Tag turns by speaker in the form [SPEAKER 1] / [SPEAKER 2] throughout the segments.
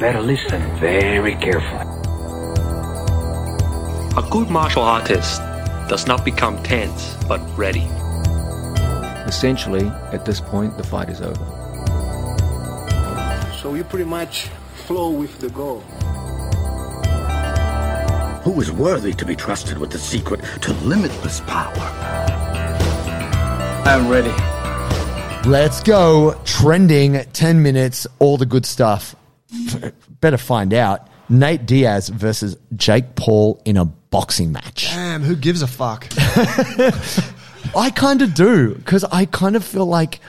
[SPEAKER 1] Better listen very carefully.
[SPEAKER 2] A good martial artist does not become tense but ready.
[SPEAKER 3] Essentially, at this point, the fight is over.
[SPEAKER 4] So you pretty much flow with the goal.
[SPEAKER 5] Who is worthy to be trusted with the secret to limitless power?
[SPEAKER 4] I'm ready.
[SPEAKER 6] Let's go. Trending 10 minutes, all the good stuff. Better find out. Nate Diaz versus Jake Paul in a boxing match.
[SPEAKER 7] Damn, who gives a fuck?
[SPEAKER 6] I kind of do because I kind of feel like,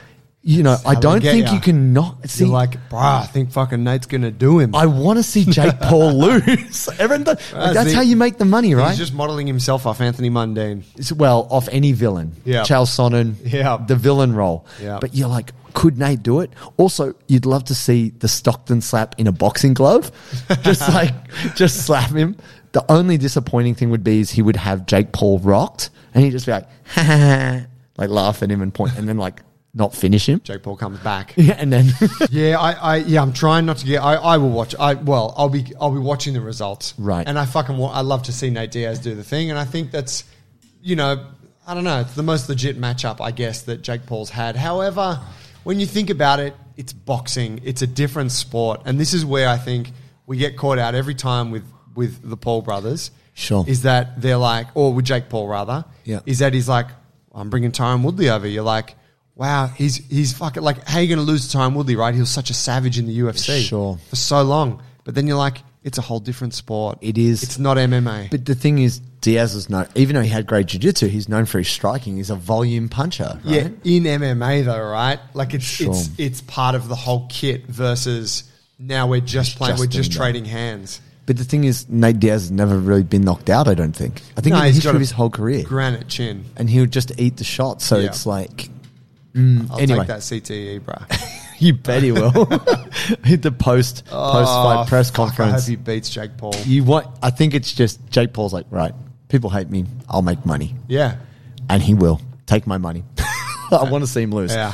[SPEAKER 6] you know, I
[SPEAKER 7] we
[SPEAKER 6] don't
[SPEAKER 7] get
[SPEAKER 6] think
[SPEAKER 7] ya.
[SPEAKER 6] you can not see.
[SPEAKER 7] You're like, bruh, I think fucking Nate's gonna do him.
[SPEAKER 6] I want to see Jake Paul lose. Everyone, does- like,
[SPEAKER 7] That's
[SPEAKER 6] that's
[SPEAKER 7] the-
[SPEAKER 6] how you make the money, right?
[SPEAKER 7] He's just modeling himself off Anthony Mundane.
[SPEAKER 6] It's- well, off any villain.
[SPEAKER 7] Yeah.
[SPEAKER 6] Charles Sonnen,
[SPEAKER 7] Yeah.
[SPEAKER 6] the villain role.
[SPEAKER 7] Yeah.
[SPEAKER 6] But you're like, could Nate do it? Also, you'd love to see the Stockton slap in a boxing glove. Just like, just slap him. The only disappointing thing would be is he would have Jake Paul rocked and he'd just be like, ha ha ha, like laugh at him and point and then like not finish him.
[SPEAKER 7] Jake Paul comes back.
[SPEAKER 6] Yeah, and then
[SPEAKER 7] yeah, I, I, yeah, I'm trying not to get. I, I will watch. I well, I'll be, I'll be watching the results.
[SPEAKER 6] Right.
[SPEAKER 7] And I fucking, wa- I love to see Nate Diaz do the thing, and I think that's, you know, I don't know, it's the most legit matchup I guess that Jake Paul's had. However, when you think about it, it's boxing. It's a different sport, and this is where I think we get caught out every time with with the Paul brothers.
[SPEAKER 6] Sure.
[SPEAKER 7] Is that they're like, or with Jake Paul rather,
[SPEAKER 6] Yeah.
[SPEAKER 7] is that he's like, I'm bringing Tyron Woodley over. You're like, wow, he's he's fucking like, how you going to lose to Tyron Woodley, right? He was such a savage in the UFC
[SPEAKER 6] Sure.
[SPEAKER 7] for so long. But then you're like, it's a whole different sport.
[SPEAKER 6] It is.
[SPEAKER 7] It's not MMA.
[SPEAKER 6] But the thing is, Diaz is known, even though he had great jiu-jitsu, he's known for his striking. He's a volume puncher. Right?
[SPEAKER 7] Yeah, in MMA though, right? Like it's
[SPEAKER 6] Sure.
[SPEAKER 7] it's it's part of the whole kit versus now we're just
[SPEAKER 6] It's
[SPEAKER 7] playing,
[SPEAKER 6] just
[SPEAKER 7] we're just
[SPEAKER 6] in that.
[SPEAKER 7] trading hands.
[SPEAKER 6] But the thing is, Nate Diaz has never really been knocked out. I don't think. I think
[SPEAKER 7] No,
[SPEAKER 6] in the
[SPEAKER 7] he's
[SPEAKER 6] history
[SPEAKER 7] got a
[SPEAKER 6] of his whole career,
[SPEAKER 7] Granite chin.
[SPEAKER 6] and he would just eat the shot. So
[SPEAKER 7] Yeah. Mm,
[SPEAKER 6] it's like,
[SPEAKER 7] I'll
[SPEAKER 6] Anyway.
[SPEAKER 7] take that CTE, bruh.
[SPEAKER 6] you bet he will hit the post post
[SPEAKER 7] Oh,
[SPEAKER 6] fight press
[SPEAKER 7] fuck, I hope
[SPEAKER 6] conference.
[SPEAKER 7] he
[SPEAKER 6] You,
[SPEAKER 7] beats Jake Paul.
[SPEAKER 6] want? I think it's just Jake Paul's like, right? People hate me. I'll make money,
[SPEAKER 7] Yeah.
[SPEAKER 6] and he will take my money. I want to see him lose.
[SPEAKER 7] Yeah.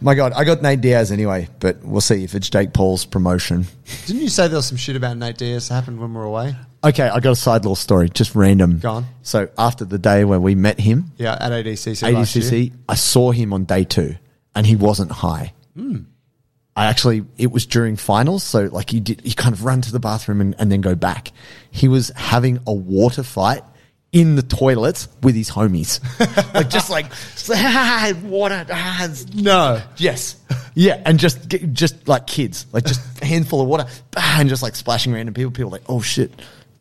[SPEAKER 6] My God, I got Nate Diaz anyway, but we'll see if it's Jake Paul's promotion.
[SPEAKER 7] Didn't you say there was some shit about Nate Diaz that happened when we were away?
[SPEAKER 6] Okay, I got a side little story, just random.
[SPEAKER 7] Go on.
[SPEAKER 6] So after the day where we met him,
[SPEAKER 7] Yeah, at ADCC. Last year.
[SPEAKER 6] ADCC. I saw him on day two, and he wasn't high.
[SPEAKER 7] Hmm.
[SPEAKER 6] I actually, it was during finals, so like he did, he kind of ran to the bathroom and, and then go back. He was having a water fight in the toilets with his homies, like just like water. ah, it's-
[SPEAKER 7] No.
[SPEAKER 6] Yes. Yeah, and just get- just like kids, like just a handful of water, bah, and just like splashing random people. People like, oh shit,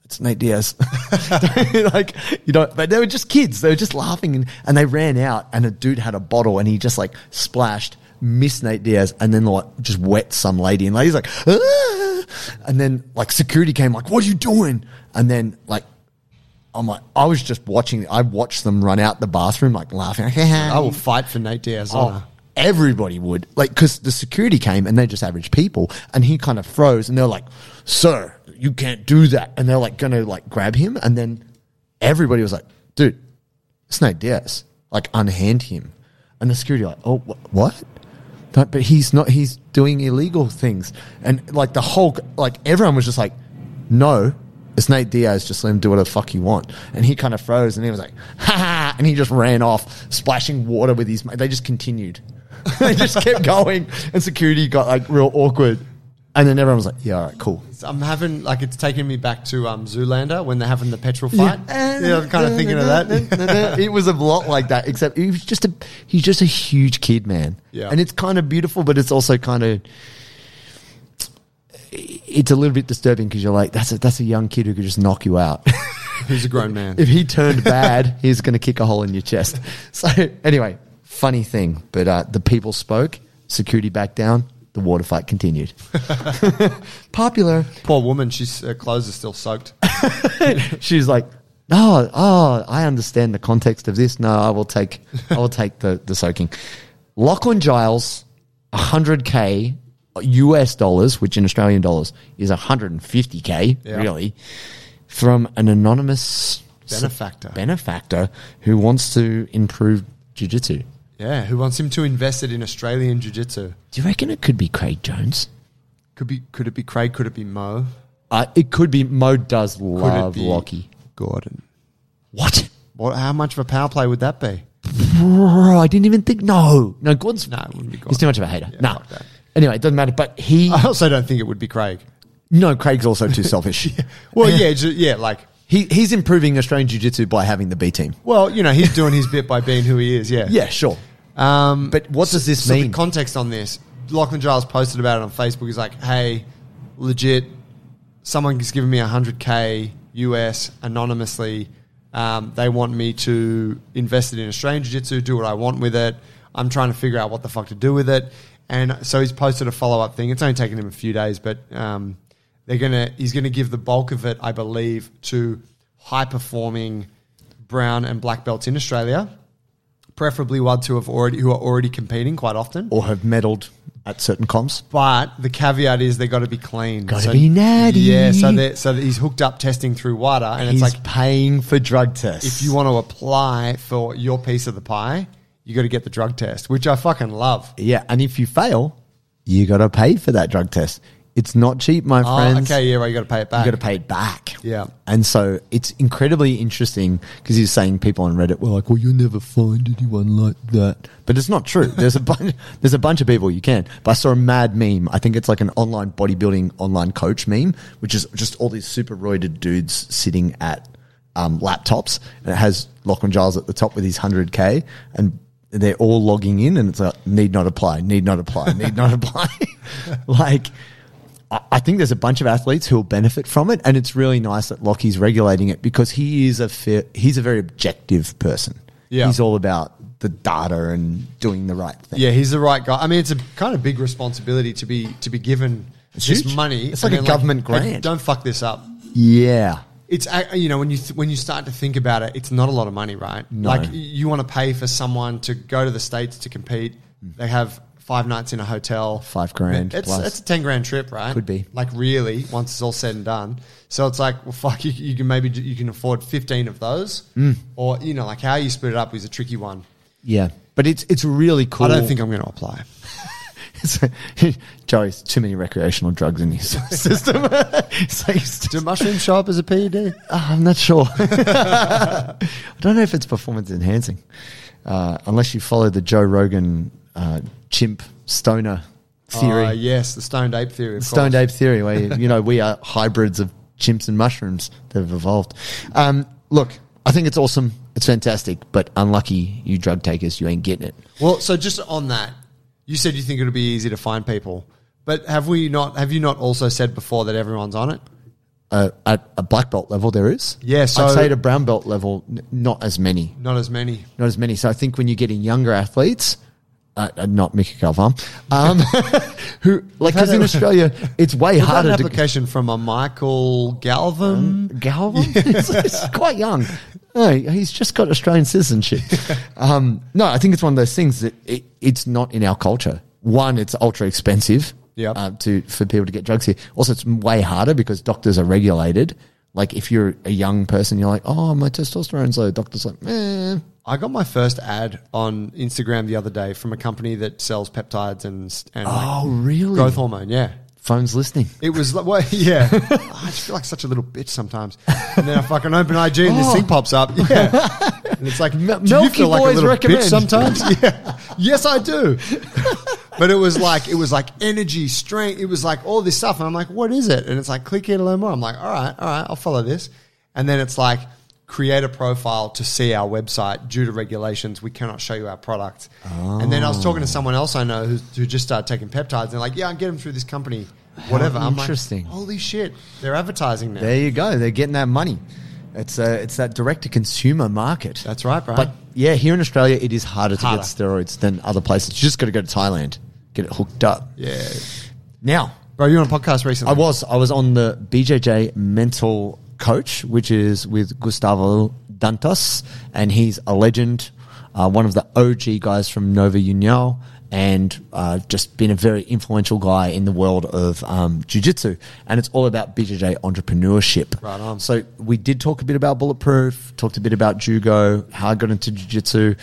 [SPEAKER 6] it's Nate Diaz. like you don't, but they were just kids. They were just laughing, and, and they ran out, and a dude had a bottle, and he just like splashed, missed Nate Diaz, and then like just wet some lady, and lady's like, ah! and then like security came, like, what are you doing? And then like. I'm like, I was just watching. I watched them run out the bathroom, like laughing. Like,
[SPEAKER 7] I will fight for Nate Diaz.
[SPEAKER 6] Oh,
[SPEAKER 7] Oh.
[SPEAKER 6] everybody would like because the security came and they're just average people, and he kind of froze, and they're like, "Sir, you can't do that," and they're like going to like grab him, and then everybody was like, "Dude, it's Nate Diaz," like unhand him, and the security like, "Oh, wh- what?" That, but he's not. He's doing illegal things, and like the whole, like everyone was just like, "No." It's Nate Diaz. Just let him do whatever the fuck you want. And he kind of froze, and he was like, "Ha ha!" And he just ran off, splashing water with his. ma- They just continued. they just kept going, and security got like real awkward. And then everyone was like, "Yeah, all right, cool."
[SPEAKER 7] I'm having like it's taking me back to um, Zoolander when they're having the petrol fight. Yeah, I'm kind of thinking of that.
[SPEAKER 6] it was a lot like that, except he was just a he's just a huge kid, man.
[SPEAKER 7] Yeah.
[SPEAKER 6] and it's kind of beautiful, but it's also kind of it's a little bit disturbing because you're like, that's a that's a young kid who could just knock you out.
[SPEAKER 7] He's a grown man.
[SPEAKER 6] if he turned bad, he's going to kick a hole in your chest. So anyway, funny thing, but uh, the people spoke, security backed down, the water fight continued. Popular.
[SPEAKER 7] Poor woman, she's her clothes are still soaked.
[SPEAKER 6] she's like, no, oh, I understand the context of this. No, I will take, I will take the the soaking. Lachlan Giles, hundred k US dollars, which in Australian dollars is hundred and fifty k,
[SPEAKER 7] Yeah.
[SPEAKER 6] really, from an anonymous
[SPEAKER 7] Benefactor.
[SPEAKER 6] benefactor who wants to improve jiu-jitsu.
[SPEAKER 7] Yeah, who wants him to invest it in Australian jiu jitsu?
[SPEAKER 6] Do you reckon it could be Craig Jones?
[SPEAKER 7] Could be. Could it be Craig? Could it be Mo?
[SPEAKER 6] Uh, it could be Mo does
[SPEAKER 7] Could it
[SPEAKER 6] love
[SPEAKER 7] be
[SPEAKER 6] Lockie.
[SPEAKER 7] Gordon.
[SPEAKER 6] What?
[SPEAKER 7] What? How much of a power play would that be?
[SPEAKER 6] Bro, Oh, I didn't even think. No, no, Gordon's
[SPEAKER 7] No, it wouldn't be
[SPEAKER 6] He's
[SPEAKER 7] Gordon.
[SPEAKER 6] too much of a hater.
[SPEAKER 7] Yeah,
[SPEAKER 6] no.
[SPEAKER 7] fuck that. Uh-huh.
[SPEAKER 6] Anyway, it doesn't matter. But he,
[SPEAKER 7] I also don't think it would be Craig.
[SPEAKER 6] no, Craig's also too selfish.
[SPEAKER 7] Well, yeah, ju- yeah, like.
[SPEAKER 6] He, he's improving Australian Jiu Jitsu by having the B team.
[SPEAKER 7] Well, you know, he's doing his bit by being who he is. Yeah.
[SPEAKER 6] Yeah, sure.
[SPEAKER 7] Um,
[SPEAKER 6] But what does this
[SPEAKER 7] so
[SPEAKER 6] mean?
[SPEAKER 7] The context on this, Lachlan Giles posted about it on Facebook. He's like, "Hey, legit, someone's given me 100k US anonymously. Um, they want me to invest it in Australian Jiu-Jitsu, do what I want with it. I'm trying to figure out what the fuck to do with it." And so he's posted a follow-up thing. It's only taken him a few days, but um, they're gonna. He's gonna give the bulk of it, I believe, to high-performing brown and black belts in Australia preferably ones who have already who are already competing quite often.
[SPEAKER 6] or have meddled at certain comps.
[SPEAKER 7] But the caveat is they got to be clean.
[SPEAKER 6] Gotta be natty.
[SPEAKER 7] Yeah, so they're- so he's hooked up testing through WADA, and
[SPEAKER 6] He's
[SPEAKER 7] it's like
[SPEAKER 6] paying for drug tests.
[SPEAKER 7] if you want to apply for your piece of the pie, you got to get the drug test, which I fucking love.
[SPEAKER 6] yeah, and if you fail, you got to pay for that drug test. It's not cheap, my
[SPEAKER 7] Oh,
[SPEAKER 6] friends.
[SPEAKER 7] okay, yeah, well, you got to pay it back.
[SPEAKER 6] You got to pay it back.
[SPEAKER 7] Yeah.
[SPEAKER 6] And so it's incredibly interesting because he's saying people on Reddit were like, "Well, you'll never find anyone like that," but it's not true. There's a bunch. There's a bunch of people you can. But I saw a mad meme. I think it's like an online bodybuilding online coach meme, which is just all these super roided dudes sitting at um, laptops, and it has Lachlan Giles at the top with his hundred k, and they're all logging in, and it's like, "Need not apply. Need not apply. Need not apply." like. I I think there's a bunch of athletes who will benefit from it, and it's really nice that Lockie's regulating it because he is a fair, he's a very objective person.
[SPEAKER 7] Yeah.
[SPEAKER 6] he's all about the data and doing the right thing.
[SPEAKER 7] Yeah, he's the right guy. I mean, it's a kind of big responsibility to be to be given
[SPEAKER 6] It's
[SPEAKER 7] this
[SPEAKER 6] huge.
[SPEAKER 7] money.
[SPEAKER 6] It's
[SPEAKER 7] and
[SPEAKER 6] like a
[SPEAKER 7] then,
[SPEAKER 6] government
[SPEAKER 7] hey,
[SPEAKER 6] grant.
[SPEAKER 7] Don't fuck this up.
[SPEAKER 6] yeah,
[SPEAKER 7] it's ac- you know when you th- when you start to think about it, it's not a lot of money, right?
[SPEAKER 6] No.
[SPEAKER 7] Like y- you want to pay for someone to go to the states to compete. They have five nights in a hotel,
[SPEAKER 6] Mm. Five grand
[SPEAKER 7] It's
[SPEAKER 6] plus.
[SPEAKER 7] it's a ten grand trip, right?
[SPEAKER 6] Could be.
[SPEAKER 7] like really once it's all said and done. So it's like, well, fuck, you, you can maybe do, you can afford fifteen of those,
[SPEAKER 6] Mm.
[SPEAKER 7] or you know, like how you split it up is a tricky one.
[SPEAKER 6] yeah. But it's it's really cool.
[SPEAKER 7] I don't think I'm going to apply.
[SPEAKER 6] Joey's too many recreational drugs in his system. so he's
[SPEAKER 7] Do mushrooms show up as a E PED?
[SPEAKER 6] Uh, I'm not sure. I don't know if it's performance enhancing, uh, unless you follow the Joe Rogan uh, chimp stoner theory,
[SPEAKER 7] Uh, yes, the stoned ape theory. Of
[SPEAKER 6] stoned ape
[SPEAKER 7] course.
[SPEAKER 6] theory, where you, you know we are hybrids of chimps and mushrooms that have evolved. Um, look, I think it's awesome. It's fantastic, but unlucky you drug takers, you ain't getting it.
[SPEAKER 7] Well, so just on that, you said you think it'll be easy to find people, but have we not? Have you not also said before that everyone's on it?
[SPEAKER 6] Uh, at a black belt level, there is.
[SPEAKER 7] Yeah, so-
[SPEAKER 6] I'd say at a brown belt level, n- not as many.
[SPEAKER 7] Not as many.
[SPEAKER 6] not as many. So I think when you're getting younger athletes, uh, uh, not Mickey Calvarm, um, who like because in Australia it's way
[SPEAKER 7] We got an
[SPEAKER 6] harder to
[SPEAKER 7] application from a Michael Galvin.
[SPEAKER 6] Galvarm. it's, it's quite young. No, he's just got Australian citizenship. um, no, I think it's one of those things that it, it's not in our culture. One, it's ultra expensive.
[SPEAKER 7] Yep.
[SPEAKER 6] uh, to for people to get drugs here. Also, it's way harder because doctors are regulated. Like if you're a young person, you're like, oh, my testosterone's low. Doctor's like, eh,
[SPEAKER 7] I got my first ad on Instagram the other day from a company that sells peptides and s- and like,
[SPEAKER 6] Oh, really?
[SPEAKER 7] growth hormone. Yeah.
[SPEAKER 6] phone's listening.
[SPEAKER 7] It was like, well, yeah. I just feel like such a little bitch sometimes. And then I fucking open IG and this
[SPEAKER 6] Oh.
[SPEAKER 7] thing pops up. Yeah. And it's like,
[SPEAKER 6] M-
[SPEAKER 7] do you
[SPEAKER 6] Milky
[SPEAKER 7] feel like a
[SPEAKER 6] Boys
[SPEAKER 7] little
[SPEAKER 6] recommend.
[SPEAKER 7] bitch sometimes? yeah. Yes, I do. but it was like, it was like energy, strength. It was like all this stuff. And I'm like, what is it? And it's like, click here to learn more. I'm like, all right, all right, I'll follow this. And then it's like, create a profile to see our website. Due to regulations, we cannot show you our product. And then I was
[SPEAKER 6] Oh.
[SPEAKER 7] talking to someone else I know who's, who just started taking peptides. And they're like, yeah, I get them through this company. Whatever. I'm like,
[SPEAKER 6] interesting.
[SPEAKER 7] Holy shit! They're advertising now.
[SPEAKER 6] There you go. They're getting that money. It's uh, it's that direct to consumer market.
[SPEAKER 7] That's right, Brian.
[SPEAKER 6] But yeah, here in Australia, it is harder to
[SPEAKER 7] Harder.
[SPEAKER 6] get steroids than other places. You just got to go to Thailand, get it hooked up.
[SPEAKER 7] yeah,
[SPEAKER 6] Now,
[SPEAKER 7] bro, you were on a podcast recently?
[SPEAKER 6] I was I was on the BJJ Mental Coach, which is with Gustavo Dantas, and he's a legend, uh, one of the OG guys from Nova Union, and uh, just been a very influential guy in the world of um, jiu-jitsu. And it's all about BJJ entrepreneurship.
[SPEAKER 7] Right on.
[SPEAKER 6] So we did talk a bit about bulletproof, talked a bit about judo, how I got into jiu-jitsu,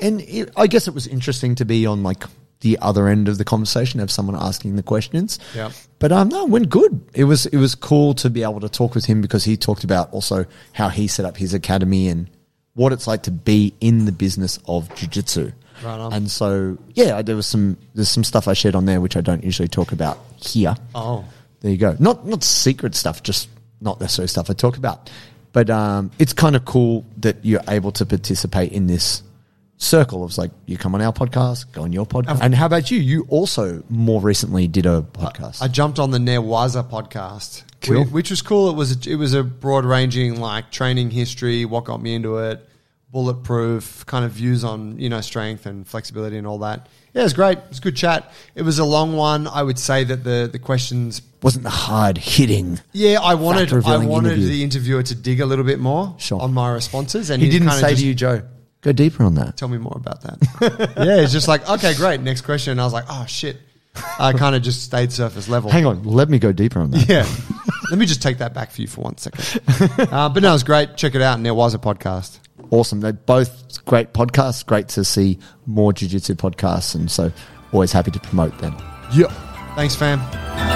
[SPEAKER 6] and it, I guess it was interesting to be on like the other end of the conversation, have someone asking the questions.
[SPEAKER 7] Yep.
[SPEAKER 6] But um, no, it went good. It was it was cool to be able to talk with him because he talked about also how he set up his academy and what it's like to be in the business of jiu-jitsu.
[SPEAKER 7] Right on.
[SPEAKER 6] And so yeah, there was some there's some stuff I shared on there which I don't usually talk about here.
[SPEAKER 7] Oh.
[SPEAKER 6] There you go. Not not secret stuff, just not necessarily stuff I talk about. But um, it's kind of cool that you're able to participate in this circle of like you come on our podcast, go on your podcast. And how about you? You also more recently did a podcast.
[SPEAKER 7] I jumped on the Nerwaza podcast,
[SPEAKER 6] Cool.
[SPEAKER 7] whi- which was cool. It was a, it was a broad ranging like training history, what got me into it, bulletproof kind of views on you know strength and flexibility and all that. Yeah, it was great. It was a good chat. It was a long one. I would say that the the questions.
[SPEAKER 6] Wasn't the hard hitting.
[SPEAKER 7] Yeah, I wanted I
[SPEAKER 6] revealing
[SPEAKER 7] wanted
[SPEAKER 6] interview.
[SPEAKER 7] the interviewer to dig a little bit more
[SPEAKER 6] Sure.
[SPEAKER 7] on my responses, and
[SPEAKER 6] He didn't
[SPEAKER 7] kinda
[SPEAKER 6] say
[SPEAKER 7] just
[SPEAKER 6] to you, Joe, go deeper on that.
[SPEAKER 7] tell me more about that. yeah, it's just like okay, great, next question. And I was like, oh shit, I kind of just stayed surface level.
[SPEAKER 6] Hang on, let me go deeper on that.
[SPEAKER 7] Yeah. Let me just take that back for you for one second. Uh, but no, it was great. Check it out. And there was a podcast.
[SPEAKER 6] Awesome. They're both great podcasts. Great to see more jiu jitsu podcasts. And so always happy to promote them.
[SPEAKER 7] Yeah. Thanks, fam.